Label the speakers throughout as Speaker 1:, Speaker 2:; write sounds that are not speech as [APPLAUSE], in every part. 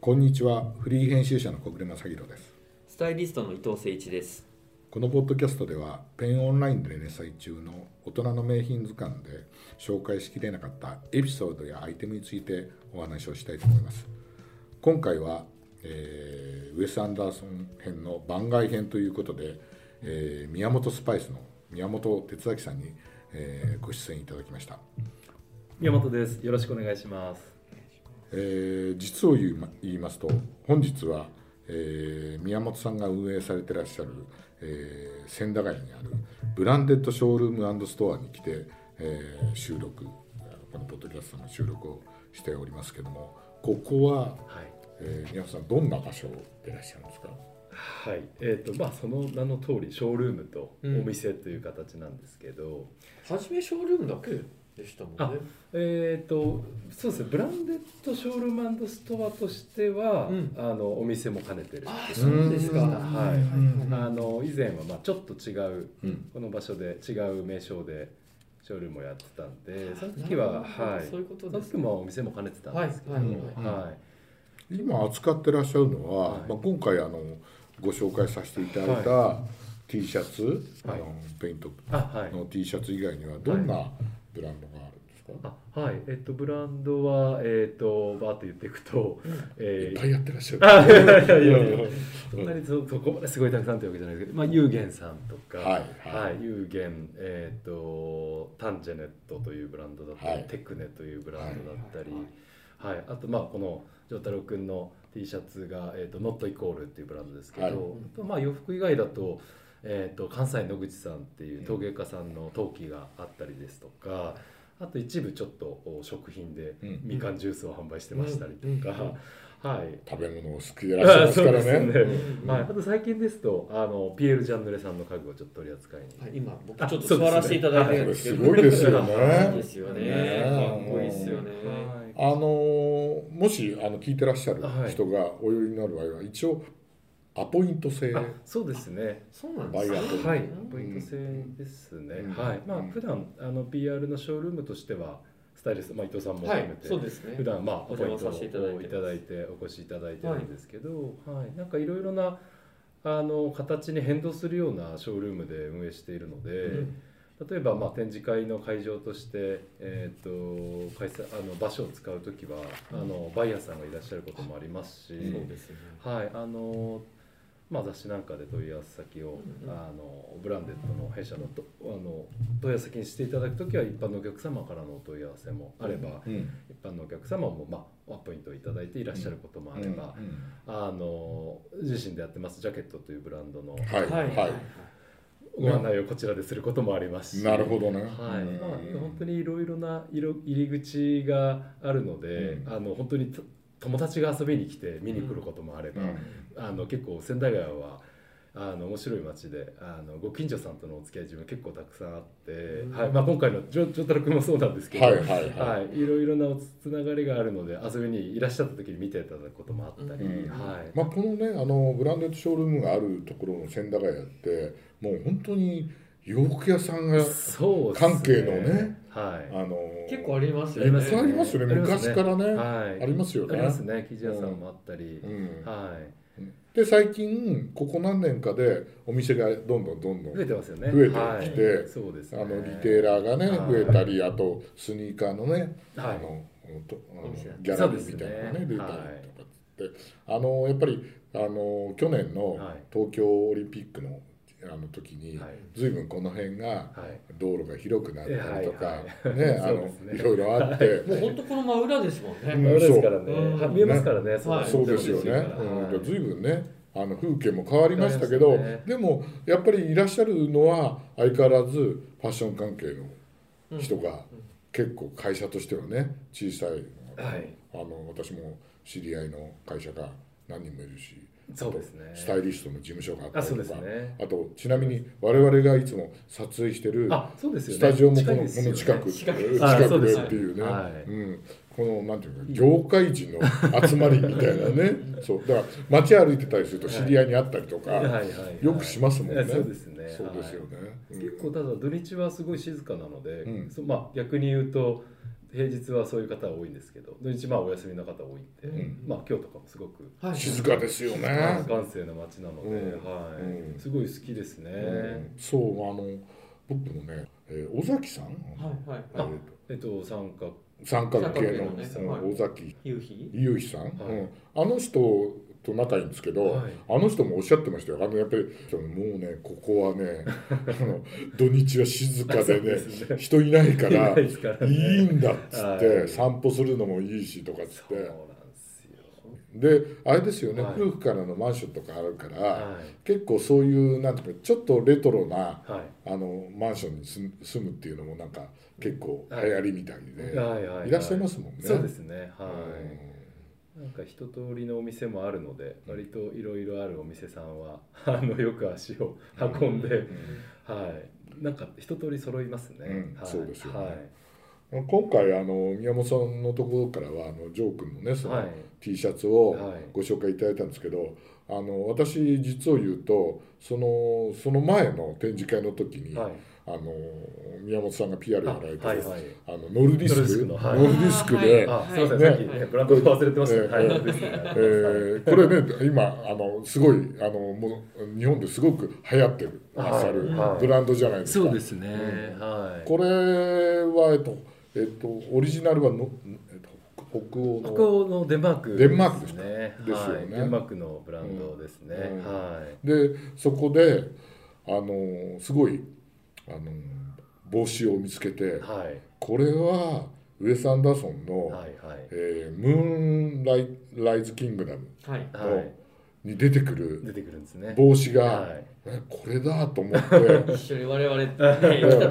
Speaker 1: こんにちはフリー編集者の小暮正弘です
Speaker 2: スタイリストの伊藤誠一です。
Speaker 1: このポッドキャストではペンオンラインで連載中の大人の名品図鑑で紹介しきれなかったエピソードやアイテムについてお話をしたいと思います今回は、えーウェス・アンダーソン編の番外編ということで、えー宮本スパイスの宮本哲明さんに、えーご出演いただきました
Speaker 3: 宮本です。よろしくお願いします。
Speaker 1: えー実を言いま言いますと本日は、えー宮本さんが運営されてらっしゃる、えー千駄ヶ谷にあるブランデッドショールームストアに来て、えー収録このポッドキャストの収録をしておりますけどもここは、
Speaker 3: はい。
Speaker 1: えー宮本さんどんな場所でいらっしゃるんですか
Speaker 3: はい。えっ、とまあその名の通りショールームとお
Speaker 2: うん
Speaker 3: 店という形なんですけど、
Speaker 2: はじめショールームだけでしたもんね。
Speaker 3: えっ、とそうですね。ブランデッドショールームストアとしては、
Speaker 2: うん
Speaker 3: あのお店も兼ねてる。
Speaker 2: ああ、
Speaker 1: そ
Speaker 2: そうう
Speaker 1: で
Speaker 2: ですす
Speaker 1: か
Speaker 2: か。
Speaker 3: はい
Speaker 1: うん
Speaker 3: あの以前はまあちょっと違う
Speaker 1: うん
Speaker 3: この場所で違う名称でショールームをやってたんで、その時は
Speaker 2: なるほど
Speaker 3: はい。
Speaker 2: そういうこ
Speaker 3: そ
Speaker 2: と
Speaker 3: の
Speaker 2: です
Speaker 3: 時
Speaker 2: ね。
Speaker 3: もお店も兼ねてたんですけど、
Speaker 2: はいはい
Speaker 1: はい
Speaker 3: はい
Speaker 1: 今扱ってらっしゃるのは、
Speaker 3: はい
Speaker 1: まあ、今回あのご紹介させていただいた、T シャツ、あのペイント
Speaker 3: あはい。
Speaker 1: の T シャツ以外にはどんなブランドがあるんですか、
Speaker 3: あはい、えっと、ブランドは、えっと、バーッと言っていくと、
Speaker 1: い
Speaker 3: え
Speaker 1: っ
Speaker 3: ー
Speaker 1: ぱいやってらっし
Speaker 3: あ
Speaker 1: ゃ
Speaker 3: いやいやいや
Speaker 1: る。
Speaker 3: いやそ
Speaker 1: うんん
Speaker 3: なにそそこまですごいたくさんというわけじゃないですけど、まあ、ユーゲンさんとか、
Speaker 1: はいはい
Speaker 3: はいユーゲン、えー、とタンジェネットというブランドだったり、
Speaker 1: はい
Speaker 3: テクネというブランドだったり、
Speaker 2: はい
Speaker 3: はいあと、まあ、この丈太郎君の T シャツが、えー、とノットイコールっていうブランドですけど、
Speaker 1: はい
Speaker 3: あとまあ、洋服以外だと,、えー、と関西野口さんっていう陶芸家さんの陶器があったりですとか。あと一部ちょっとお食品で
Speaker 1: うん
Speaker 3: みかんジュースを販売してましたりとか、はい、
Speaker 1: 食べ物を好きでいらっしゃいますから
Speaker 3: あそ
Speaker 1: ね。
Speaker 3: うですねはい、あと最近ですとあのピエール・ジャンヌレさんの家具をちょっと取り扱いに、
Speaker 2: は
Speaker 3: はいい、
Speaker 2: 今僕ちょっと座らせていただいてるんですけど。
Speaker 1: すごいですよ
Speaker 2: いい
Speaker 1: ね
Speaker 2: で。すよ
Speaker 1: ね
Speaker 2: ね。かっこいいですよね。
Speaker 1: あのーもしあの聞いてらっしゃる人がお寄りになる場合は一応アポイント制。
Speaker 3: あそうですね
Speaker 2: そうなんです
Speaker 1: バイア
Speaker 2: ね。
Speaker 1: と
Speaker 3: はいポイント制ですね、
Speaker 1: うん
Speaker 3: はいまあ
Speaker 1: うん
Speaker 3: 普段あの PR のショールームとしてはスタイリスト、まあ、伊藤さんも
Speaker 2: は
Speaker 3: 含め
Speaker 2: い、
Speaker 3: て、
Speaker 2: そうですね
Speaker 3: 普。段まあ
Speaker 2: お
Speaker 3: アポ
Speaker 2: 邪
Speaker 3: イ
Speaker 2: 魔
Speaker 3: ント
Speaker 2: さ
Speaker 3: を
Speaker 2: せてい
Speaker 3: い
Speaker 2: ただいてます
Speaker 3: ただいてお越しいただいてるんですけど、はいなんかいろいろなあの形に変動するようなショールームで運営しているので、
Speaker 2: うん
Speaker 3: 例えばまあ展示会の会場として、えー、と開催あの場所を使うときはあのバイヤーさんがいらっしゃることもありますし、
Speaker 2: そうですね。
Speaker 3: はいあのまあ、雑誌なんかで問い合わせ先を、
Speaker 2: うんうん
Speaker 3: あのブランデッドの弊社のとあの問い合わせ先にしていただくときは一般のお客様からのお問い合わせもあれば、
Speaker 1: うん
Speaker 3: 一般のお客様も、まあ、アポイントをいただいていらっしゃることもあれば、あの自身でやってますジャケットというブランドの
Speaker 1: はいは
Speaker 3: ご案内をこちらですることもありますし、
Speaker 1: い。なるほどね。うん
Speaker 3: はいまあ、本当にいろいろな色入り口があるので、
Speaker 1: うん
Speaker 3: あの本当にと友達が遊びに来て見に来ることもあれば、あの結構仙台川はあの面白い街であのご近所さんとのお付き合い自分結構たくさんあって、
Speaker 2: うん
Speaker 3: はいまあ、今回のジョジョタロ君もそうなんですけど、
Speaker 1: はいはいはい。
Speaker 3: はい、いろいろなおつつながりがあるので遊びにいらっしゃった時に見ていただくこともあったり、
Speaker 1: うん
Speaker 3: はい
Speaker 1: まあ、このねあのブランデッドショールームがあるところの千駄ヶ谷ってもう本当に洋服屋さんが
Speaker 3: そうです
Speaker 1: 関係のね、
Speaker 3: は
Speaker 1: あの
Speaker 2: 結構ありますよね。
Speaker 3: ありま
Speaker 1: ありますよね
Speaker 3: ありますね
Speaker 1: 昔からね、
Speaker 3: い、はい、
Speaker 1: ありますよね
Speaker 3: ありますね生地屋さんもあったり、
Speaker 1: うん
Speaker 3: はい
Speaker 1: で最近ここ何年かでお店がどんどんどんどん
Speaker 3: 増えてますよね
Speaker 1: 増えてきて
Speaker 3: はい、そうです、
Speaker 1: あ
Speaker 3: ね、
Speaker 1: のリテーラーがね
Speaker 3: はい
Speaker 1: 増えたりあとスニーカーのねあ
Speaker 3: はい
Speaker 1: のとあ
Speaker 2: お
Speaker 1: の
Speaker 2: 店だ
Speaker 1: ギャラリーみたいなのがね出
Speaker 3: そうです
Speaker 1: た
Speaker 3: ね
Speaker 1: りとかってあのやっぱりあの去年の
Speaker 3: はい
Speaker 1: 東京オリンピックのあの時に
Speaker 3: はい
Speaker 1: 随分この辺が
Speaker 3: はい
Speaker 1: 道路が広くなったりとか
Speaker 3: え
Speaker 1: ねあ
Speaker 3: はいはい [LAUGHS] そう
Speaker 1: の
Speaker 3: ですね
Speaker 1: いろいろあって
Speaker 2: もう本当この真裏ですもんね。
Speaker 1: うん
Speaker 3: 裏ですから
Speaker 2: そ
Speaker 3: ね、
Speaker 2: う
Speaker 3: は見えますからね、
Speaker 2: はい
Speaker 1: そうですよね。
Speaker 3: はい
Speaker 1: うん、ずいぶんね、あの風景も変わりましたけど、
Speaker 3: 変わりましたね
Speaker 1: でもやっぱりいらっしゃるのは相変わらずファッション関係の人が結構会社としてはね、小さい、
Speaker 3: はい
Speaker 1: あの私も知り合いの会社が何人もいるし、
Speaker 3: そうですね
Speaker 1: スタイリストの事務所があった
Speaker 3: あ
Speaker 1: り
Speaker 3: そ
Speaker 1: と
Speaker 3: う
Speaker 1: か
Speaker 3: です、ね
Speaker 1: あとちなみに我々がいつも撮影してる
Speaker 3: あそうですよ
Speaker 1: ス
Speaker 3: ね
Speaker 1: タジオもこの,、
Speaker 3: 近いです
Speaker 1: こ
Speaker 3: よ
Speaker 1: の近
Speaker 3: ね
Speaker 1: く
Speaker 2: 近
Speaker 1: 近
Speaker 2: い
Speaker 1: く
Speaker 2: です
Speaker 3: あそう
Speaker 1: で
Speaker 3: です
Speaker 1: っていうね、
Speaker 3: はい
Speaker 1: うん、このなんていうか業界人の集まりみたいな
Speaker 3: [LAUGHS]
Speaker 1: ねそうだから街歩いてたりすると知り合いに会ったりとか、
Speaker 3: はいはいはい
Speaker 1: よくしますもんね
Speaker 3: いやそうですね
Speaker 1: そうですよ
Speaker 3: は
Speaker 1: ね、
Speaker 3: い
Speaker 1: うん
Speaker 3: 結構ただ土日はすごい静かなので、
Speaker 1: うん
Speaker 3: そまあ逆に言うと平日はそういう方は多いんですけど土日まあお休みの方多いんで、
Speaker 1: うん
Speaker 3: まあ今日とかもすごく
Speaker 2: はい
Speaker 1: 静かですよね、
Speaker 3: 閑静な街なので、
Speaker 1: うん
Speaker 3: はい、
Speaker 1: うん
Speaker 3: すごい好きですね、
Speaker 1: うんそうあの僕もね、えー尾崎さん、
Speaker 2: はいはい
Speaker 1: え
Speaker 2: は
Speaker 1: ー
Speaker 2: い。
Speaker 3: えっと三角
Speaker 1: 三角形の
Speaker 2: 三角形のね
Speaker 1: うん
Speaker 2: はい
Speaker 1: 尾崎
Speaker 2: 夕日。
Speaker 1: 雄飛さん、
Speaker 3: はい
Speaker 1: うんあの人と仲いいんですけど、
Speaker 3: はい
Speaker 1: あの人もおっしゃってましたよあのやっぱりもうねここは
Speaker 3: [LAUGHS]
Speaker 1: ねあの土日は静かでね
Speaker 3: すね
Speaker 1: 人いないか
Speaker 3: い [LAUGHS] な
Speaker 1: ら
Speaker 3: い
Speaker 1: い
Speaker 3: ですからね
Speaker 1: いんだっつって、
Speaker 3: はい
Speaker 1: 散歩するのもいいしとかっつっ
Speaker 3: そう
Speaker 1: て
Speaker 3: なんですよ
Speaker 1: であれですよね、
Speaker 3: はい
Speaker 1: 古くからのマンションとかあるから、
Speaker 3: は、
Speaker 1: 結構そういうなんていうかちょっとレトロない
Speaker 3: はい
Speaker 1: あのマンションに住む住むっていうのもなんか結構流
Speaker 3: はい
Speaker 1: 行りみたいで、
Speaker 3: はいはい
Speaker 1: いらっしゃいますもんね。
Speaker 3: そうですねは
Speaker 1: う
Speaker 3: い、なんか一通りのお店もあるので割といろいろあるお店さんは [LAUGHS] あのよく足を運んで、はいなんか一通り揃いますね、
Speaker 1: うん
Speaker 3: はい、
Speaker 1: そうですよね
Speaker 3: はい
Speaker 1: ん今回あの宮本さんのところからはあのジョー君のねそ
Speaker 3: は
Speaker 1: の
Speaker 3: い
Speaker 1: T シャツを
Speaker 3: はい
Speaker 1: ご紹介いただいたんですけど、あの私実を言うとそのその前の展示会の時に、
Speaker 3: はい
Speaker 1: あの宮本さんが PR やられてる、
Speaker 3: はいはい
Speaker 1: あのノルディ
Speaker 3: ノルディ
Speaker 1: ス
Speaker 3: ス
Speaker 1: ク
Speaker 3: ク
Speaker 1: ノ
Speaker 3: の
Speaker 1: ル
Speaker 3: はい
Speaker 1: ディスクで、
Speaker 3: あ
Speaker 2: はい
Speaker 3: すいません、
Speaker 1: ね
Speaker 3: さっきねブランド忘れてました、
Speaker 1: え
Speaker 3: ね、はい [LAUGHS] ですね、
Speaker 1: えーこれね今あのすごいあのもう日本ですごく流行ってる
Speaker 3: はい
Speaker 1: あさる
Speaker 3: はい
Speaker 1: ブランドじゃないですか。
Speaker 3: そうですね、はい
Speaker 1: これはえっとえっとオリジナルはの、えっと、北欧の
Speaker 3: 北欧のデンマーク
Speaker 1: デンマークですか
Speaker 3: ね
Speaker 1: ですよね
Speaker 3: はい、デンマークのブランドですね、
Speaker 1: うん
Speaker 3: はい
Speaker 1: でそこであのすごいあの帽子を見つけて
Speaker 3: はい
Speaker 1: これはウェス・アンダーソンの、
Speaker 3: はいはい
Speaker 1: えームーンライライズ・キングダム
Speaker 2: はい。
Speaker 1: の、
Speaker 3: はい
Speaker 1: に出てくる
Speaker 3: 出てくるんですね。
Speaker 1: 帽子が、
Speaker 3: はい
Speaker 1: えこれだと思って。
Speaker 2: 一緒に我々ね来 た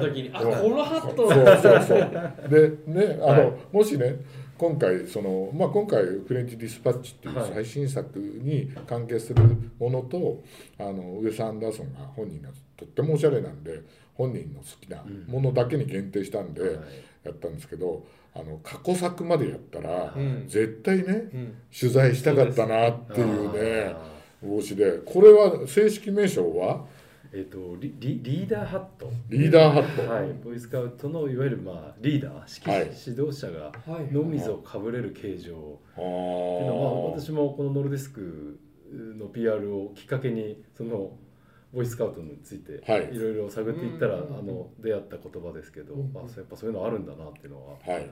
Speaker 1: [LAUGHS]
Speaker 2: 時に、あ、このハット
Speaker 1: そう
Speaker 2: だ。
Speaker 1: そうそう。でねあの、
Speaker 3: はい
Speaker 1: もしね今回そのまあ今回フレンチディスパッチっていう
Speaker 3: はい
Speaker 1: 最新作に関係するものと、あのウェス・アンダーソンが本人がとってもおしゃれなんで本人の好きなものだけに限定したんで
Speaker 3: はい
Speaker 1: やったんですけど、あの過去作までやったら
Speaker 2: う。ん。
Speaker 1: 絶対ね
Speaker 2: うん。
Speaker 1: 取材したかったなっていうね
Speaker 3: あ
Speaker 1: 帽子でこれは正式名称は
Speaker 3: ーえっ、とリリリーダーハット。
Speaker 1: リーダーハット、
Speaker 3: はい、ボーイスカウトのいわゆるまあリーダー、指揮、
Speaker 1: はい
Speaker 3: 指導者が
Speaker 2: はい。
Speaker 3: のみぞかぶれる形状
Speaker 1: あ
Speaker 3: っていうのは、まあ
Speaker 1: ー
Speaker 3: 私もこのノルディスクの PR をきっかけにそのボーイスカウトについて
Speaker 1: はい
Speaker 3: いろいろ探っていったら、
Speaker 2: うんうんうん
Speaker 3: あの出会った言葉ですけど、
Speaker 2: うんうん
Speaker 3: あそうやっぱそういうのあるんだなっていうのは。
Speaker 1: はい、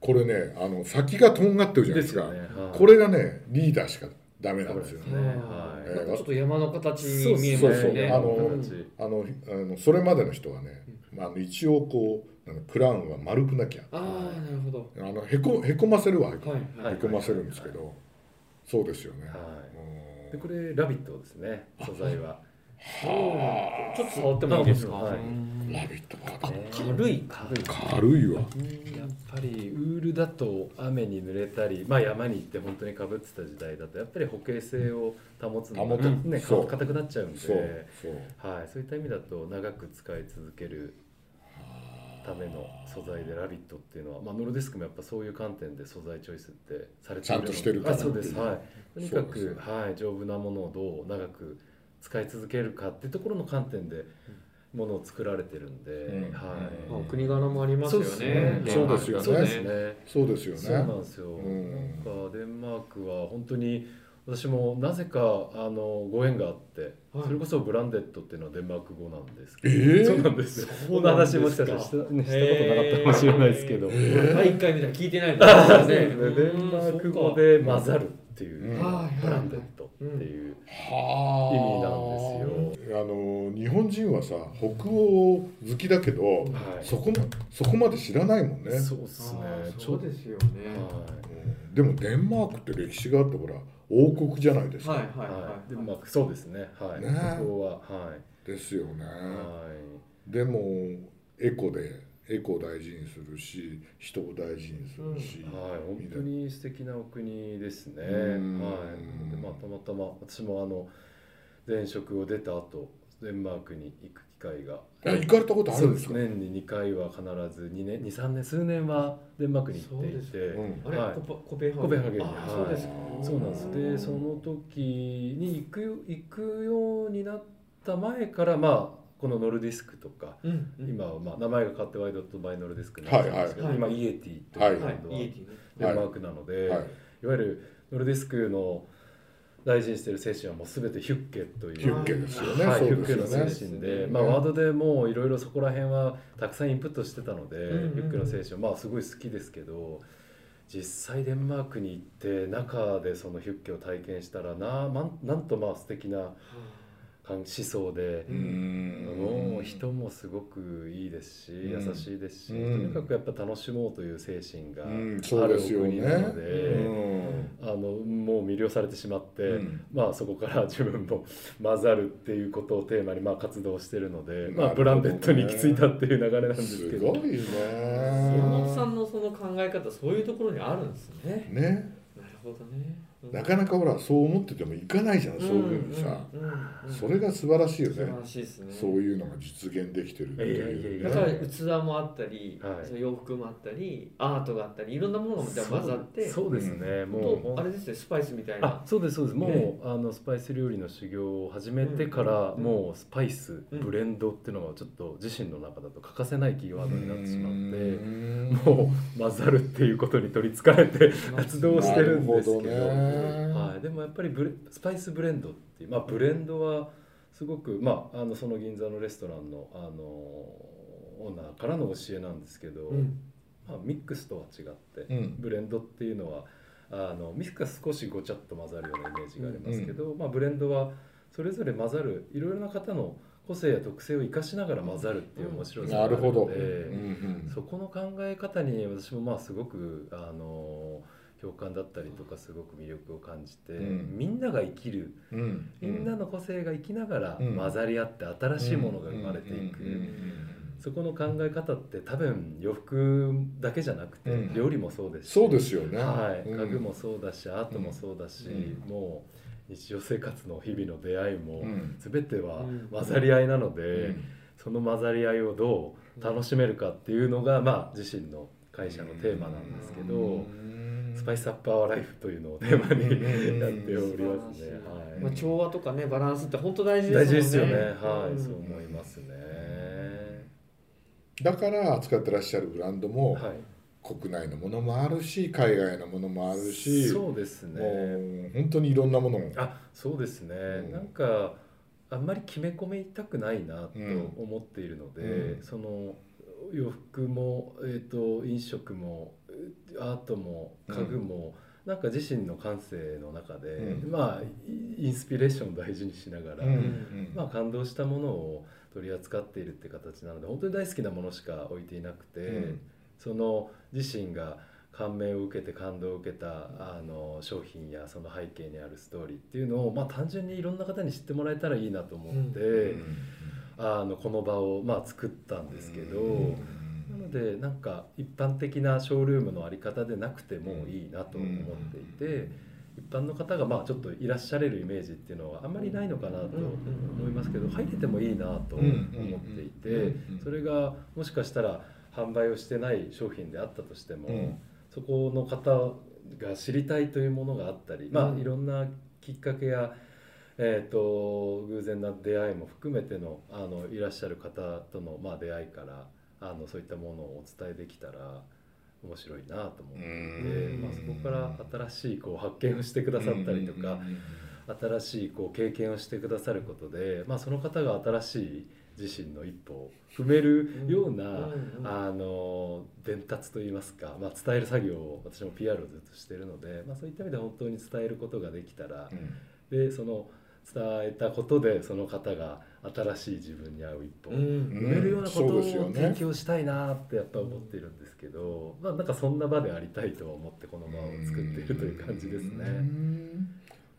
Speaker 1: これねあの先がとんがってるじゃない
Speaker 3: で
Speaker 1: です
Speaker 3: す
Speaker 1: か
Speaker 3: よね。はい
Speaker 1: これがねリーダーしかダメなんですよ
Speaker 3: ダメ
Speaker 1: ね
Speaker 3: なんですね
Speaker 2: は
Speaker 3: はいい
Speaker 2: なんかちょっと山の形に見えます
Speaker 1: そ
Speaker 2: よ
Speaker 1: う
Speaker 2: ね。
Speaker 1: そうあの
Speaker 3: 形
Speaker 1: あのひあのそれまでの人はね、まあ、あの一応こうあのクラウンは丸くなきゃ
Speaker 2: ああ、なるほど。
Speaker 1: あのへこへこませるはへこ,、
Speaker 2: はい。
Speaker 3: はい
Speaker 1: ませるんですけど、そうですよね、
Speaker 3: はいうで
Speaker 1: ん
Speaker 3: これラビットですね素材は。
Speaker 1: はあ
Speaker 2: ちょっと触ってもいいですか。
Speaker 3: はい
Speaker 2: うん
Speaker 1: ラビットか
Speaker 2: 軽いか。
Speaker 1: 軽いわ
Speaker 3: やっぱりウールだと雨に濡れたり、まあ、山に行って本当にかぶってた時代だとやっぱり保形性を保つの
Speaker 1: 保
Speaker 3: が、
Speaker 1: つ
Speaker 3: ね、か
Speaker 1: そう
Speaker 3: 硬くなっちゃうん
Speaker 1: そう
Speaker 3: で
Speaker 1: そう
Speaker 3: はい、そういった意味だと長く使い続けるための素材で「ラビット!」っていうのは、まあ、ノルディスクもやっぱそういう観点で素材チョイスってされてい
Speaker 1: ちゃ
Speaker 3: るの
Speaker 1: んとしてるから
Speaker 3: あそうです、はい、とにか
Speaker 1: そうで
Speaker 3: く
Speaker 1: す、
Speaker 3: はい、丈夫なものをどう長く使い続けるかっていうところの観点でものを作られてるんで、
Speaker 1: うん
Speaker 3: は
Speaker 1: う
Speaker 3: い
Speaker 1: ん
Speaker 2: まあ、お国柄もありますよね。
Speaker 1: そうですよね
Speaker 3: そうですね
Speaker 1: そうですよね
Speaker 3: そうなんですよ、
Speaker 1: うん
Speaker 3: なんかデンマークは本当に私もなぜかあのご縁があって、
Speaker 2: はい
Speaker 3: それこそブランデットっていうのはデンマーク語なんですけ
Speaker 1: え
Speaker 3: ど、
Speaker 1: ー
Speaker 3: そうなんですよ
Speaker 2: そ
Speaker 3: こ
Speaker 2: うんな
Speaker 3: なん
Speaker 2: です
Speaker 3: 話
Speaker 2: か
Speaker 3: もしかしたらした,、ね、したことなかったかもしれないですけど、
Speaker 2: 第一回見たら聞いてないの
Speaker 3: デンマーク語。で「混ざる」っていう、
Speaker 1: うん
Speaker 3: ブランデットっていう、
Speaker 1: はあ
Speaker 3: 意味なん
Speaker 1: ですよあの日本人はさ北欧好きだけど、
Speaker 3: はい
Speaker 1: そこもそこまで知らないもんね、
Speaker 3: そうですねち
Speaker 2: そ
Speaker 3: ょ
Speaker 2: う
Speaker 3: っと
Speaker 2: ですよね。
Speaker 3: はい
Speaker 1: うんでもデンマークって歴史があってほら王国じゃないですか、
Speaker 2: はいはい
Speaker 3: はい、で
Speaker 2: は
Speaker 3: まあそうですねはい
Speaker 1: ね
Speaker 3: そこはは
Speaker 1: ですよね、
Speaker 3: い、はい
Speaker 1: でもエコでエコを大事にするし人を大事にするし、
Speaker 3: はい、本当に素敵なお国ですね。は
Speaker 1: うん
Speaker 3: い、でまあたまたま私もあの前職を出た後デンマークに行く機会が。
Speaker 1: あ行かれたことあ
Speaker 3: そ
Speaker 1: る
Speaker 3: うんで
Speaker 1: です
Speaker 3: す
Speaker 1: か
Speaker 3: 年に2回は必ず2年23年数年はデンマークに行ってい
Speaker 2: そ
Speaker 3: て
Speaker 2: うで
Speaker 1: うん
Speaker 2: あれ、
Speaker 3: はい
Speaker 2: コペコペンハ
Speaker 3: コペンハーゲンに
Speaker 2: あ
Speaker 3: はい
Speaker 2: そうですか。
Speaker 3: そうなんですでその時に行くよ行くようになった前からまあこのノルディスクとか、
Speaker 2: うんうん
Speaker 3: 今はまあ名前が変わってワイドットバイノルディスクに
Speaker 1: は
Speaker 3: ないってますけど、
Speaker 2: はい
Speaker 3: 今イエティというブ
Speaker 2: は
Speaker 3: ラ
Speaker 2: い
Speaker 3: ンドは
Speaker 2: 家っていうね
Speaker 3: デンマークなので、
Speaker 1: はい
Speaker 3: い、わゆるノルディスクの大事にしている精神はもう全てヒュッケという
Speaker 1: ヒュッケですよね、
Speaker 3: はい、ヒ
Speaker 1: そう
Speaker 3: ュッ
Speaker 1: で
Speaker 3: ケの
Speaker 1: すよね
Speaker 3: 精神で、
Speaker 1: うん
Speaker 3: まあ、ワードでもいろいろそこら辺はたくさんインプットしてたので、
Speaker 2: うんうんうん
Speaker 3: ヒュッケの精神はまあすごい好きですけど実際デンマークに行って中でそのヒュッケを体験したらななんなんとまあ素敵な感思想で
Speaker 1: う、ん
Speaker 3: もう人もすごくいいですし、
Speaker 1: うん
Speaker 3: 優しいですし、
Speaker 1: うん
Speaker 3: とにかくやっぱ楽しもうという精神が
Speaker 1: うん
Speaker 3: あるお国なので。
Speaker 1: うん
Speaker 3: あのもう魅了されてしまって、
Speaker 1: うん
Speaker 3: まあそこから自分も混ざるっていうことをテーマにまあ活動してるの
Speaker 1: な
Speaker 3: で、ま
Speaker 1: るほどね
Speaker 3: あブランデットに行き着いたっていう流れなんですけ
Speaker 1: す
Speaker 3: ど
Speaker 1: ごいね
Speaker 2: 山本さんのその考え方そういうところにあるんですね
Speaker 1: ね
Speaker 2: なるほどねうん
Speaker 1: なかなかほらそう思っててもいかないじゃん、そういうふうにさ、
Speaker 2: うんうんうんうん
Speaker 1: それが素晴らしいよ
Speaker 2: 素晴
Speaker 1: ね
Speaker 2: らしいですね
Speaker 1: そういうのが実現できてるっていう
Speaker 3: いや
Speaker 2: だか
Speaker 3: いや
Speaker 2: ら
Speaker 3: いやい
Speaker 1: ね
Speaker 3: や
Speaker 2: 器もあったり、
Speaker 3: はい
Speaker 2: その洋服もあったりアートがあったりいろんなものが
Speaker 3: そう
Speaker 2: 混ざって
Speaker 3: そうですね、
Speaker 1: うん
Speaker 3: もう
Speaker 2: とあれですねスパイスみたい
Speaker 3: あ
Speaker 2: な
Speaker 3: そうですそうですもう、
Speaker 2: ね
Speaker 3: あのスパイス料理の修行を始めてから、
Speaker 2: うん
Speaker 3: もうスパイス、
Speaker 2: うん
Speaker 3: ブレンドっていうのがちょっと自身の中だと欠かせないキーワードになってしまって、
Speaker 1: うん
Speaker 3: もう混ざるっていうことに取りつかれて活動してるんですけ
Speaker 1: な
Speaker 3: ど
Speaker 1: るほね
Speaker 3: はい、でもやっぱりブレスパイスブレンドっていう、まあ、ブレンドはすごく、まあ、あのその銀座のレストランの、あのオーナーからの教えなんですけど、
Speaker 2: うん
Speaker 3: まあ、ミックスとは違って、
Speaker 1: うん
Speaker 3: ブレンドっていうのはあのミックスが少しごちゃっと混ざるようなイメージがありますけど、まあ、ブレンドはそれぞれ混ざるいろいろな方の個性や特性を生かしながら混ざるっていう面白さが
Speaker 1: な
Speaker 3: あ
Speaker 1: る
Speaker 3: るので。
Speaker 1: ほど、うん
Speaker 3: そこの考え方に私もまあすごくあの共感だったりとかすごく魅力を感じて、
Speaker 1: うん
Speaker 3: みんなが生きる
Speaker 1: うんうん
Speaker 3: みんなの個性が生きながら
Speaker 1: うん
Speaker 3: 混ざり合って新しいものが生まれてい
Speaker 1: うんうん
Speaker 3: くそこの考え方って多分洋服だけじゃなくて
Speaker 1: うん
Speaker 3: 料理もそうですし、
Speaker 1: そうですよね、
Speaker 3: はい、
Speaker 1: うん
Speaker 3: 家具もそうだしアートもそうだし、
Speaker 1: うん
Speaker 3: もう日常生活の日々の出会いも
Speaker 1: うん
Speaker 3: 全ては
Speaker 2: うん
Speaker 3: 混ざり合いなので。
Speaker 1: うん
Speaker 3: その混ざり合いをどう楽しめるかっていうのが、まあ、自身の会社のテーマなんですけど、
Speaker 1: うん
Speaker 3: スパイスアップアワーライフというのをテーマに
Speaker 1: うん
Speaker 3: やっており
Speaker 2: 素晴ら
Speaker 3: ますね。
Speaker 2: しい
Speaker 3: は
Speaker 2: まあ、
Speaker 3: い
Speaker 2: 調和とかねバランスって本当大事
Speaker 3: 大事
Speaker 2: で
Speaker 3: ですす
Speaker 2: よ
Speaker 3: よ
Speaker 2: ね
Speaker 3: ね。はい、そう
Speaker 2: うん
Speaker 3: 思いますね。
Speaker 1: だから扱ってらっしゃるブランドも、
Speaker 3: は
Speaker 1: 国内のものもあるし海外のものもある
Speaker 3: い。
Speaker 1: し
Speaker 3: そうですね。
Speaker 1: もう本当にいろんなものを
Speaker 3: あ、そうですね。
Speaker 1: うん
Speaker 3: なんかあんまり決め込みたくないなと
Speaker 1: うん
Speaker 3: 思っているので、
Speaker 1: うん
Speaker 3: その洋服もえっ、と飲食もえーアートも家具も、なんか自身の感性の中で、
Speaker 1: うん
Speaker 3: まあイインスピレーションを大事にしながら、
Speaker 1: うん
Speaker 3: まあ感動したものを取り扱っているって形なので本当に大好きなものしか置いていなくて、
Speaker 1: うん
Speaker 3: その自身が感銘を受けて感動を受けたあの商品やその背景にあるストーリーっていうのを、まあ、単純にいろんな方に知ってもらえたらいいなと思って、
Speaker 1: うん
Speaker 3: あのこの場を、まあ、作ったんですけど、なのでなんか一般的なショールームのあり方でなくてもいいなと思っていて。一般の方がまあちょっといらっしゃれるイメージっていうのはあんまりないのかなと思いますけど入れてもいいなと思っていてそれがもしかしたら販売をしてない商品であったとしてもそこの方が知りたいというものがあったりまあいろんなきっかけやえー、と偶然な出会いも含めてのあのいらっしゃる方との、まあ、出会いからあのそういったものをお伝えできたら面白いなと思って
Speaker 1: うん
Speaker 3: まあ、そこから新しいこう発見をしてくださったりとか、新しいこう経験をしてくださることで、まあ、その方が新しい自身の一歩を踏めるような、
Speaker 2: うん
Speaker 3: あの伝達といいますか、まあ、伝える作業を私も PR をずっとしているので、まあ、そういった意味では本当に伝えることができたら、でその伝えたことでその方が新しい自分に合う一歩を
Speaker 2: う
Speaker 3: 埋
Speaker 2: ん
Speaker 1: うん
Speaker 3: めるようなこと
Speaker 1: そう
Speaker 3: を
Speaker 1: ですよね
Speaker 3: 提供したいなってやっぱ思っているんですけど、まあなんかそんな場でありたいとは思ってこの場を作っているという感じですね。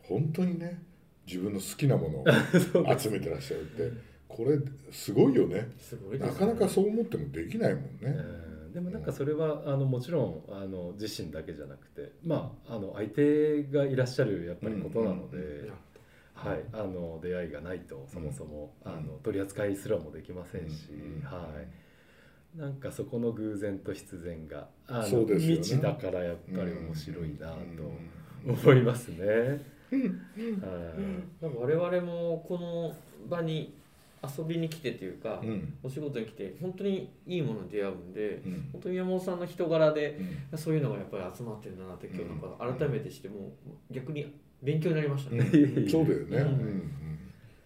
Speaker 1: 本当にね自分の好きなものを
Speaker 3: [LAUGHS] そうです
Speaker 1: 集めてらっしゃるってこれすごいよね
Speaker 2: すごいで
Speaker 1: な
Speaker 2: す
Speaker 1: かなかそう思ってもできないもん
Speaker 3: う
Speaker 1: ね
Speaker 3: んでもなんかそれはあのもちろんあの自身だけじゃなくて、まあ、あの相手がいらっしゃるやっぱりことなので、
Speaker 1: うん
Speaker 3: はい、あの出会いがないとそもそも、
Speaker 1: うん
Speaker 3: あの取り扱いすらもできませんし、
Speaker 1: うん
Speaker 3: はい、なんかそこの偶然と必然があの
Speaker 1: そうですよね
Speaker 3: 未知だからやっぱり面白いな
Speaker 1: うん
Speaker 3: と思いますね。はい
Speaker 2: なんか我々もこの場に遊びに来てというか、
Speaker 1: うん
Speaker 2: お仕事に来て本当にいいものに出会うんで
Speaker 1: うん
Speaker 2: 本当に山本さんの人柄で
Speaker 1: うん
Speaker 2: そういうのがやっぱり集まってるんだなって今日なん
Speaker 1: う
Speaker 2: か
Speaker 1: ん
Speaker 2: 改めてしてもう逆に勉強になりました
Speaker 1: う
Speaker 2: ね。
Speaker 1: んそうだよね、う
Speaker 2: うんん
Speaker 1: うん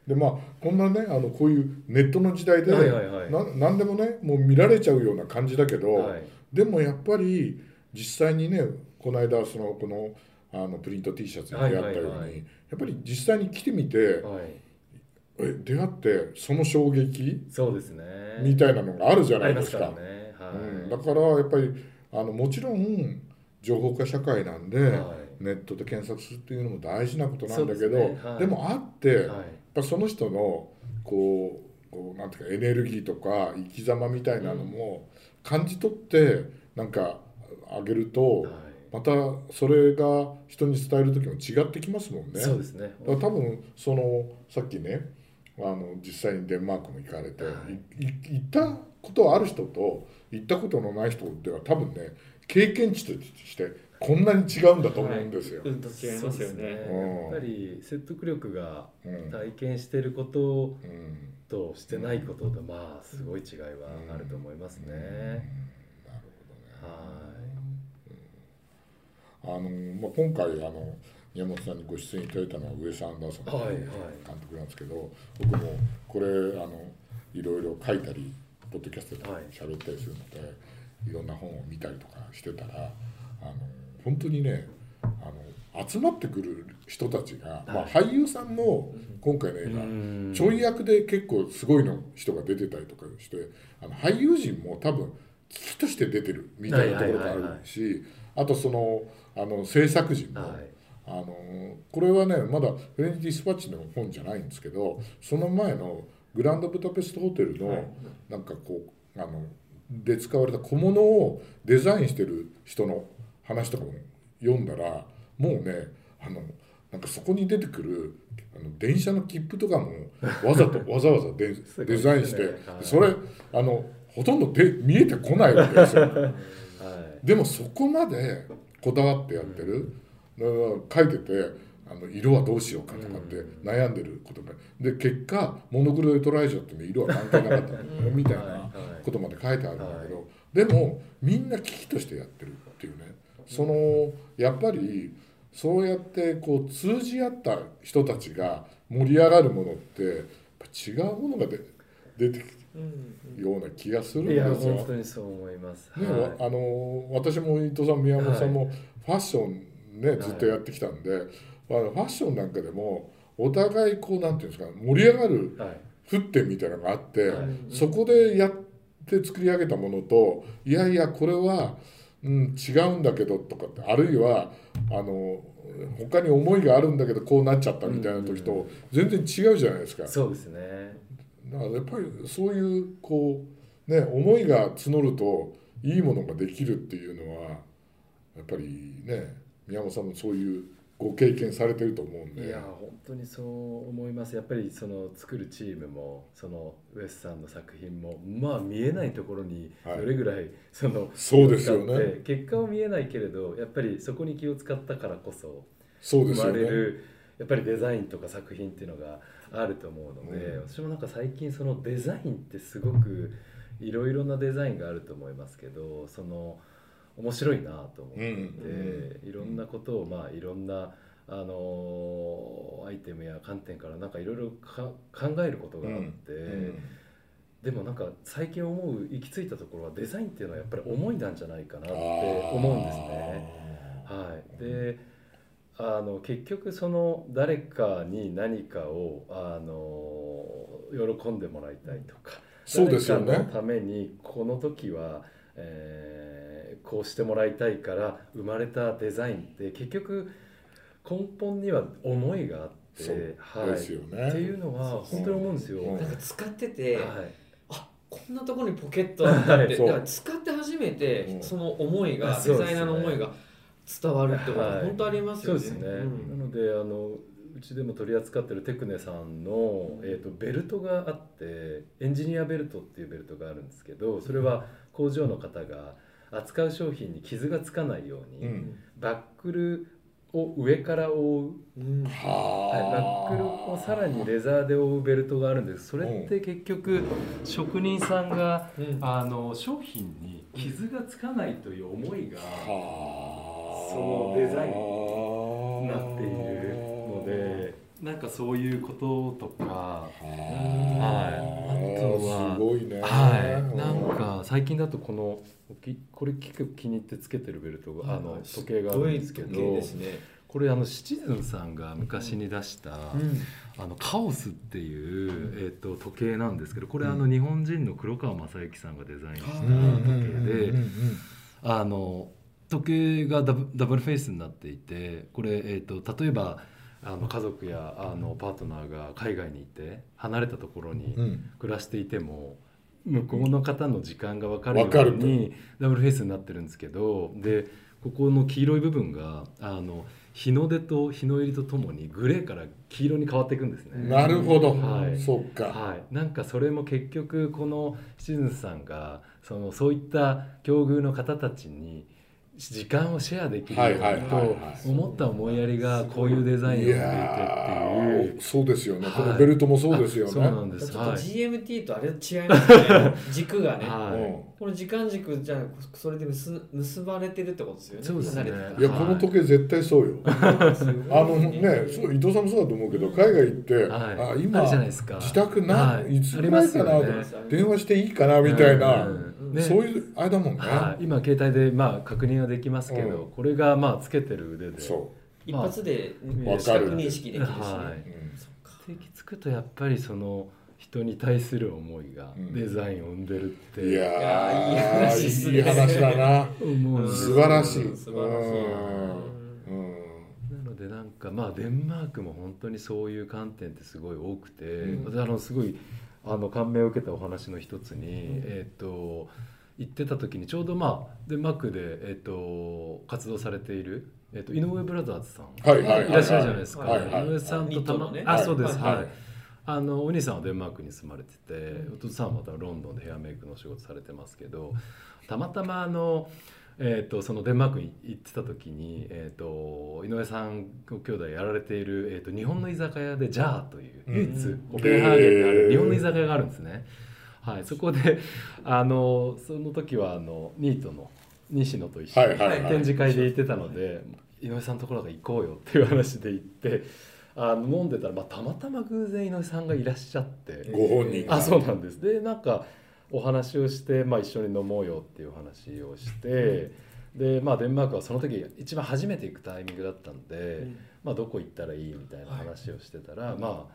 Speaker 1: でまあこんなねあのこういうネットの時代で、
Speaker 3: はいはいはい
Speaker 1: な何でもねもう見られちゃうような感じだけど、
Speaker 3: はい
Speaker 1: でもやっぱり実際にねこの間そのこのあのプリント T シャツに出会ったように、
Speaker 3: はいはいはい
Speaker 1: やっぱり実際に来てみて
Speaker 3: はい
Speaker 1: え出会ってその衝撃
Speaker 3: そうですね
Speaker 1: みたいなのがあるじゃ
Speaker 3: あ
Speaker 1: な
Speaker 3: り
Speaker 1: い
Speaker 3: ま
Speaker 1: ですす
Speaker 3: か
Speaker 1: か。
Speaker 3: らねは
Speaker 1: うん、
Speaker 3: い
Speaker 1: だからやっぱりあのもちろん情報化社会なんで、
Speaker 3: はい
Speaker 1: ネットで検索するっていうのも大事なことなんだけ
Speaker 3: そう
Speaker 1: どで,、
Speaker 3: ですねはい
Speaker 1: もあって、やっ
Speaker 3: はい
Speaker 1: ぱその人のこうこうなんていうかエネルギーとか生き様みたいなのも感じ取ってなんかあげると、
Speaker 3: はい
Speaker 1: またそれが人に伝える時も違ってきますもんね。
Speaker 3: そうですね
Speaker 1: だから多分そのさっきねあの実際にデンマークも行かれて、、
Speaker 3: はい
Speaker 1: い行ったことはある人と行ったことのない人では多分ね経験値としてこんなに違うんだと思うんですよ。
Speaker 2: うんと違い
Speaker 3: そう
Speaker 2: ます
Speaker 3: で
Speaker 2: よ
Speaker 3: すね
Speaker 2: ね。
Speaker 1: うん
Speaker 3: やっぱり説得力が
Speaker 1: うん
Speaker 3: 体験してること
Speaker 1: うん
Speaker 3: としてないこととまあすごい違いはあると思います
Speaker 1: うんなる
Speaker 3: ね。
Speaker 1: ほ
Speaker 3: は
Speaker 1: どね。あのまあ、今回あの宮本さんにご出演いただいたのはウエス・アンダーソン
Speaker 3: はいはい
Speaker 1: 監督なんですけど僕もこれあのいろいろ書いたりポッドキャストで
Speaker 3: はい
Speaker 1: 喋ったりするので、い、ろんな本を見たりとかしてたらあの本当にねあの集まってくる人たちが、まあ、俳優さんも今回の映
Speaker 3: い。
Speaker 1: 画、
Speaker 3: ん
Speaker 1: ちょい役で結構すごいの人が出てたりとかしてあの俳優陣も多分危機として出てるみたいなところがあるし、あとそのあの制作陣も、
Speaker 3: はい
Speaker 1: あのこれはねまだフレンチ・ディスパッチの本じゃないんですけどその前のグランドブダペストホテルの、
Speaker 2: はい
Speaker 1: なんかこうあので使われた小物をデザインしてる人の話とかも読んだらもうねあのなんかそこに出てくるあの電車の切符とかもわざ
Speaker 3: [LAUGHS]
Speaker 1: とわざわざデ
Speaker 3: すごい
Speaker 1: デザインして、
Speaker 3: ですねはい
Speaker 1: それあのほとんどで見えてこないわけですよ。
Speaker 3: はい
Speaker 1: でもそこまでこだわってやってる、だから書いててあの色はどうしようかとかって悩んでることが、で結果モノクロで捉えちゃっても色は関係なかった
Speaker 2: うん
Speaker 1: みたい
Speaker 3: はい
Speaker 1: な
Speaker 3: はい
Speaker 1: ことまで書いてあるんだけど、でもみんな危機としてやってるっていうねそのやっぱりそうやってこう通じ合った人たちが盛り上がるものってやっぱ違うものが出出てき
Speaker 2: うん
Speaker 1: たような気がするん
Speaker 3: い
Speaker 1: です
Speaker 3: や
Speaker 1: よ。
Speaker 3: 本当にそう思います。
Speaker 1: ね
Speaker 3: はい
Speaker 1: あの私も伊藤さん宮本さんもファッションね、
Speaker 3: はい
Speaker 1: ずっとやってきたんで、まあ、ファッションなんかでもお互いこうなんていうんですか盛り上がる
Speaker 3: はい
Speaker 1: 沸点みたいなのがあって、
Speaker 3: はい
Speaker 1: そこでやって作り上げたものといやいやこれは、うん、違うんだけどとかってあるいはあの他に思いがあるんだけどこうなっちゃったみたいな時
Speaker 3: う
Speaker 1: と全然違うじゃないですか。
Speaker 3: そうですね。
Speaker 1: だからやっぱりそういうこうね思いが募るといいものができるっていうのはやっぱりね宮本さんもそういうご経験されてると思うん
Speaker 3: い
Speaker 1: で
Speaker 3: や本当にそう思いますやっぱりその作るチームもそのウエスさんの作品もまあ見えないところに
Speaker 1: はい
Speaker 3: どれぐらい、その
Speaker 1: そうですよ
Speaker 3: 気を使っ
Speaker 1: ね
Speaker 3: て結果は見えないけれどやっぱりそこに気を使ったからこそ
Speaker 1: そうで
Speaker 3: 生
Speaker 1: す
Speaker 3: ま
Speaker 1: よ
Speaker 3: れ
Speaker 1: ね。
Speaker 3: る、やっぱりデザインとか作品っていうのがあると思うので、
Speaker 1: うん
Speaker 3: 私もなんか最近そのデザインってすごくいろいろなデザインがあると思いますけどその面白いなと思って
Speaker 1: うんうん
Speaker 3: でいろんなことをまあいろんなあのーアイテムや観点からなんかいろいろか考えることがあって、
Speaker 1: うん
Speaker 3: でもなんか最近思う行き着いたところはデザインっていうのはやっぱり思いなんじゃないかなって思うんですね。
Speaker 1: あ
Speaker 3: はい、であの結局その誰かに何かをあの喜んでもらいたいとか
Speaker 1: ーそうですよ
Speaker 3: 誰か
Speaker 1: ね
Speaker 3: の。ためにこの時は、えーこうしてもらいたいから生まれたデザインって結局根本には思いがあって
Speaker 1: そう
Speaker 3: はい、
Speaker 1: ですよね
Speaker 3: っていうのは本当に思うんですよ。
Speaker 1: うん
Speaker 3: は
Speaker 2: ないんか使ってて、
Speaker 3: はい
Speaker 2: あこんなところにポケットあったって、
Speaker 1: そう
Speaker 2: だから使って初めて、
Speaker 1: うん
Speaker 2: その思いが、
Speaker 3: あそ
Speaker 2: デ
Speaker 3: うですね
Speaker 2: ザイナーの思いが伝わるってことは、
Speaker 3: はい
Speaker 2: 本当あります
Speaker 3: そ
Speaker 2: よ
Speaker 3: う
Speaker 2: ね。
Speaker 3: ですね、
Speaker 2: うん
Speaker 3: なのであのうちでも取り扱ってるテクネさんの、えー、とベルトがあってエンジニアベルトっていうベルトがあるんですけどそれは工場の方が扱う商品に傷がつかないように、
Speaker 1: うん
Speaker 3: バックルを上から覆う、
Speaker 2: うん
Speaker 3: はい、
Speaker 1: は
Speaker 3: ナックルをさらにレザーで覆うベルトがあるんですそれって結局職人さんが
Speaker 2: うん
Speaker 3: あの商品に傷がつかないという思いが
Speaker 1: は
Speaker 3: そのデザイン
Speaker 1: ン
Speaker 3: なっているのでなんかそういうこととか。はいあとは
Speaker 1: すごいね
Speaker 3: はい、なんか最近だとこのきこれ結構気に入ってつけてるベルトがあの時計があるんですけ
Speaker 2: すごい時計
Speaker 3: ど
Speaker 2: ですね。
Speaker 3: これあのシチズンさんが昔に出したあのカオスっていう、えっと時計なんですけどこれあの日本人の黒川正幸さんがデザインした
Speaker 2: う
Speaker 3: 時
Speaker 1: う
Speaker 2: なん
Speaker 1: うん
Speaker 3: 計で
Speaker 1: うんうん
Speaker 3: あの時計がダブダブルフェイスになっていてこれ、えー、と例えばあの家族やあのパートナーが海外にいて離れたところに
Speaker 1: うん
Speaker 3: 暮らしていても向こうの方の時間が分かるよ
Speaker 1: わか
Speaker 3: う
Speaker 1: ると
Speaker 3: にダブルフェイスになってるんですけどでここの黄色い部分があの日の出と日の入りとともにグレーから黄色に変わっていくんですね。
Speaker 1: なるほど、
Speaker 3: はい
Speaker 1: そっか、
Speaker 3: はい、なんかそれも結局このシズンさんがそのそういった境遇の方たちに時間をシェアできるよう
Speaker 1: はいはい
Speaker 3: に
Speaker 1: はい
Speaker 3: と
Speaker 1: はい
Speaker 3: 思った思いやりがこういうデザインをしていてっていう
Speaker 1: ーそうですよね、
Speaker 3: はい
Speaker 1: このベルトもそうですよね
Speaker 3: あそうなんで
Speaker 2: ちょっ
Speaker 3: す、
Speaker 2: と
Speaker 3: はい
Speaker 2: GMT とあれ違います
Speaker 3: [LAUGHS]
Speaker 2: ね。軸がね。
Speaker 3: は
Speaker 2: この時間軸じゃなくそれで結結ばれてるってことですよね。
Speaker 3: そうです
Speaker 2: 離れ
Speaker 3: ね [LAUGHS]
Speaker 1: うん、
Speaker 2: て
Speaker 1: いや
Speaker 2: た
Speaker 1: この時計絶対そうよあ
Speaker 2: らすごい
Speaker 1: のねそう伊藤さんもそうだと思うけど海外行って、
Speaker 3: い、はい、
Speaker 1: あ
Speaker 3: あ
Speaker 1: 今
Speaker 3: るじゃないですか
Speaker 1: 自宅な、、
Speaker 3: はい
Speaker 1: つ
Speaker 3: あ
Speaker 1: ぐ
Speaker 3: りま
Speaker 1: らい
Speaker 3: す
Speaker 1: か
Speaker 3: よ
Speaker 1: な、
Speaker 3: ね
Speaker 1: 電話していいかなみたいな、
Speaker 3: うんうん
Speaker 2: ね
Speaker 1: そういうあれだもんね、
Speaker 3: はい、今携帯でまあ確認はできますけど、
Speaker 1: う
Speaker 3: これがまあつけてる腕で
Speaker 1: そ
Speaker 2: 一発で
Speaker 1: わ
Speaker 2: 視
Speaker 1: かる
Speaker 2: 覚認識できるしね。
Speaker 3: は
Speaker 1: う、
Speaker 3: い、
Speaker 1: うん
Speaker 2: そっか
Speaker 3: 定期つくとやっぱりその人に対する思いが
Speaker 1: うん
Speaker 3: デザインを生んでるって
Speaker 1: いやー
Speaker 2: いやーいい話っすね
Speaker 1: いい話だな、
Speaker 3: 思うんです
Speaker 1: 素晴らしい
Speaker 2: 素晴らしい
Speaker 1: う
Speaker 2: な
Speaker 1: ん
Speaker 3: なのでなんかまあデンマークも本当にそういう観点ってすごい多くて、
Speaker 1: うん
Speaker 3: 私あのすごいあの感銘を受けたお話の一つに、
Speaker 2: ん
Speaker 3: えっ、と行ってた時にちょうどまあデンマークで、えっと活動されている、えっと井上ブラザーズさん、
Speaker 1: はいはいはい
Speaker 3: らっしゃるじゃないですか、
Speaker 1: はいはい
Speaker 3: 井上さんとたま、
Speaker 2: ニットのね
Speaker 3: あそうです
Speaker 2: はい
Speaker 3: はいあのお兄さんはデンマークに住まれてて、お父さんはまたロンドンでヘアメイクのお仕事されてますけどたまたまあの、えー、とそのデンマークに行ってた時に、えー、と井上さんご兄弟やられている、えー、と日本の居酒屋で「ジャー」という
Speaker 1: うん
Speaker 3: 唯一オペンハーゲンにある日本の居酒屋があるんですね。はい、そこで [LAUGHS] あのその時はあのニートの西野と一緒に
Speaker 1: はいはいはい
Speaker 3: 展示会で行ってたので井上さんのところが行こうよっていう話で行ってあの飲んでたら、まあ、たまたま偶然井上さんがいらっしゃって
Speaker 1: ご本人が
Speaker 3: あそうなんですでなんかお話をして、まあ、一緒に飲もうよっていう話をしてで、まあ、デンマークはその時一番初めて行くタイミングだったんで、まあ、どこ行ったらいいみたいな話をしてたら、ま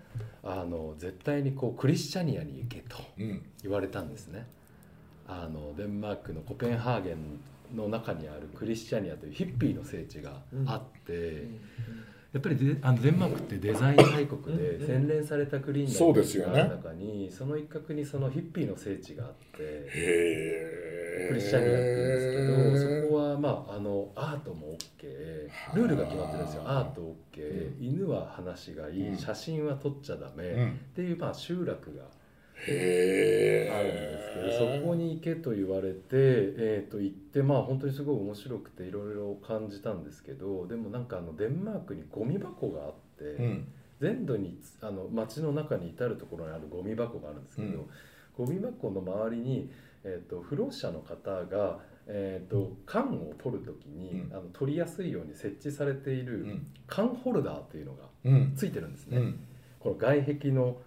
Speaker 3: ああの絶対にこうクリスチャニアに行けと。
Speaker 1: うん
Speaker 3: 言われたんですねあのデンマークのコペンハーゲンの中にあるクリスチャニアというヒッピーの聖地があって、やっぱりデあのデンマークってデザイン大国
Speaker 2: う
Speaker 3: で
Speaker 2: んうん
Speaker 3: 洗練されたクリーンな
Speaker 1: そうですよね
Speaker 3: 街がある中にその一角にそのヒッピーの聖地があって
Speaker 1: へえ
Speaker 3: クリスチャニアって言うんですけどそこはまああのアートも OK ルールが決まってるんですよ
Speaker 1: はあ
Speaker 3: アート OK 犬は話がいい、
Speaker 1: うん
Speaker 3: 写真は撮っちゃダメ、
Speaker 1: う
Speaker 3: っ
Speaker 1: ん、
Speaker 3: ていうまあ集落が
Speaker 1: へえ
Speaker 3: あるんですけどそこに行けと言われて、えー、と行ってまあ本当にすごい面白くていろいろ感じたんですけどでもなんかあのデンマークにゴミ箱があって、
Speaker 1: うん
Speaker 3: 全土にあの街の中に至るところにあるゴミ箱があるんですけど、ゴミ箱の周りに、えー、と不老者の方が、えー、と缶を取る時に、
Speaker 1: うん
Speaker 3: あの取りやすいように設置されていうる
Speaker 1: ん
Speaker 3: 缶ホルダーというのが
Speaker 1: うん
Speaker 3: ついてるんですね。
Speaker 1: うん
Speaker 3: この外壁の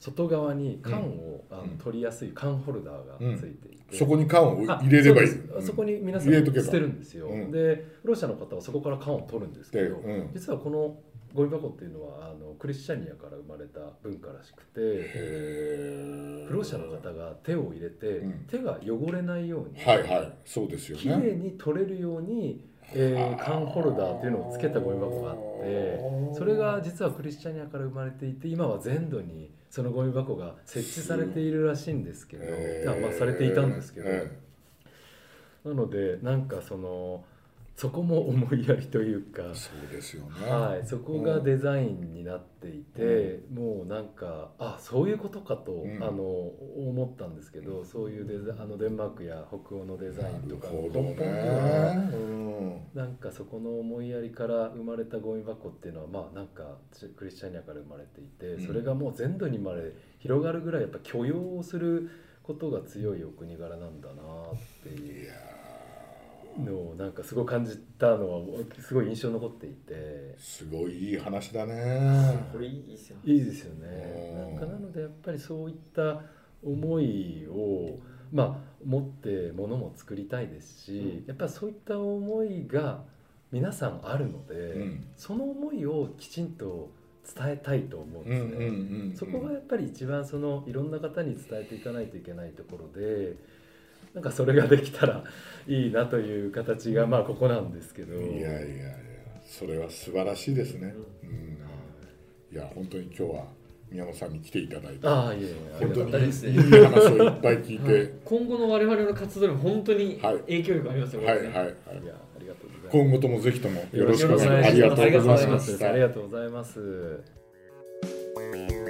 Speaker 3: 外側に缶を、あ
Speaker 1: うん
Speaker 3: の取りやすい缶ホルダーがついていて、
Speaker 1: そこに缶を
Speaker 3: あ
Speaker 1: 入れればいい
Speaker 3: そうですあそこ
Speaker 1: に
Speaker 3: に皆さ
Speaker 1: 入れ
Speaker 3: ん
Speaker 1: とけば
Speaker 3: 捨てるんですよ、
Speaker 1: うん
Speaker 3: でロシアの方はそこから缶を取るんですけど、
Speaker 1: うん
Speaker 3: 実はこのゴミ箱っていうのはあのクリスチャニアから生まれた文化らしくて
Speaker 1: へえ
Speaker 3: 不老者の方が手を入れて、
Speaker 1: うん
Speaker 3: 手が汚れないように、
Speaker 1: はいはいそうですよ
Speaker 3: きれ
Speaker 1: ね
Speaker 3: いに取れるように、えー缶ホルダーというのをつけたゴミ箱があってそれが実はクリスチャニアから生まれていて今は全土にそのゴミ箱が設置されているらしいんですけど、
Speaker 1: へ
Speaker 3: あ
Speaker 1: ー
Speaker 3: まあ、されていたんですけど、
Speaker 1: え
Speaker 3: なのでなんかそのそこも思いやりというか
Speaker 1: え、そうですよね
Speaker 3: はい、そこがデザインになっていて、もうなんかあそういうことかと、
Speaker 1: うん
Speaker 3: あの思ったんですけど、そういうデザあのデンマークや北欧のデザインとか
Speaker 1: なるほど
Speaker 3: 根本には
Speaker 1: ね
Speaker 3: なんなんかそこの思いやりから生まれたゴミ箱っていうのはまあなんかクリスチャニアから生まれていてそれがもう全土にまで広がるぐらいやっぱ許容をすることが強いお国柄なんだなっていうのをなんかすごい感じたのはすごい印象に残っていて
Speaker 1: すごいいい話だね
Speaker 2: これいいですよ
Speaker 3: いいですよね。なんかなのでやっぱりそういった思いをまあ、持ってものも作りたいですし、
Speaker 2: うん
Speaker 3: やっぱりそういった思いが皆さんあるので、
Speaker 1: うん
Speaker 3: その思いをきちんと伝えたいと思うんですね。そこがやっぱり一番そのいろんな方に伝えていかないといけないところでなんかそれができたらいいなという形がまあここなんですけど
Speaker 1: いやいやいやそれは素晴らしいですね、うんいや本当に今日は宮本さんに来ていただいて
Speaker 3: ああいやいやあり
Speaker 1: 本
Speaker 3: が
Speaker 1: 当
Speaker 3: とう
Speaker 1: に
Speaker 3: ございます
Speaker 1: いい話をいっぱい聞いて
Speaker 2: 今後の我々の活動にも本当に
Speaker 1: はい
Speaker 2: 影響力ありますよ、
Speaker 1: はい
Speaker 2: こ
Speaker 1: は
Speaker 2: れ
Speaker 1: い
Speaker 2: ね
Speaker 1: はい
Speaker 3: いやありがとうございます
Speaker 1: 今後ともぜひともよ
Speaker 3: よ
Speaker 1: ろ
Speaker 3: ろ
Speaker 1: し
Speaker 3: し
Speaker 1: く
Speaker 3: く
Speaker 1: お
Speaker 3: お
Speaker 1: 願
Speaker 3: 願
Speaker 1: い
Speaker 3: い
Speaker 1: し
Speaker 3: し
Speaker 1: ます
Speaker 3: ます。
Speaker 1: ありがとうござい
Speaker 2: ありがとうござい
Speaker 1: ま
Speaker 2: ま
Speaker 1: し
Speaker 2: す
Speaker 1: た
Speaker 3: ありがとうございます。